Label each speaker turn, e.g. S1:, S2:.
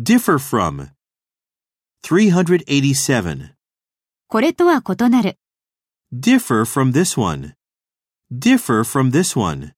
S1: Differ from. 387.
S2: これとは異なる。
S1: Differ from this one. Differ from this one.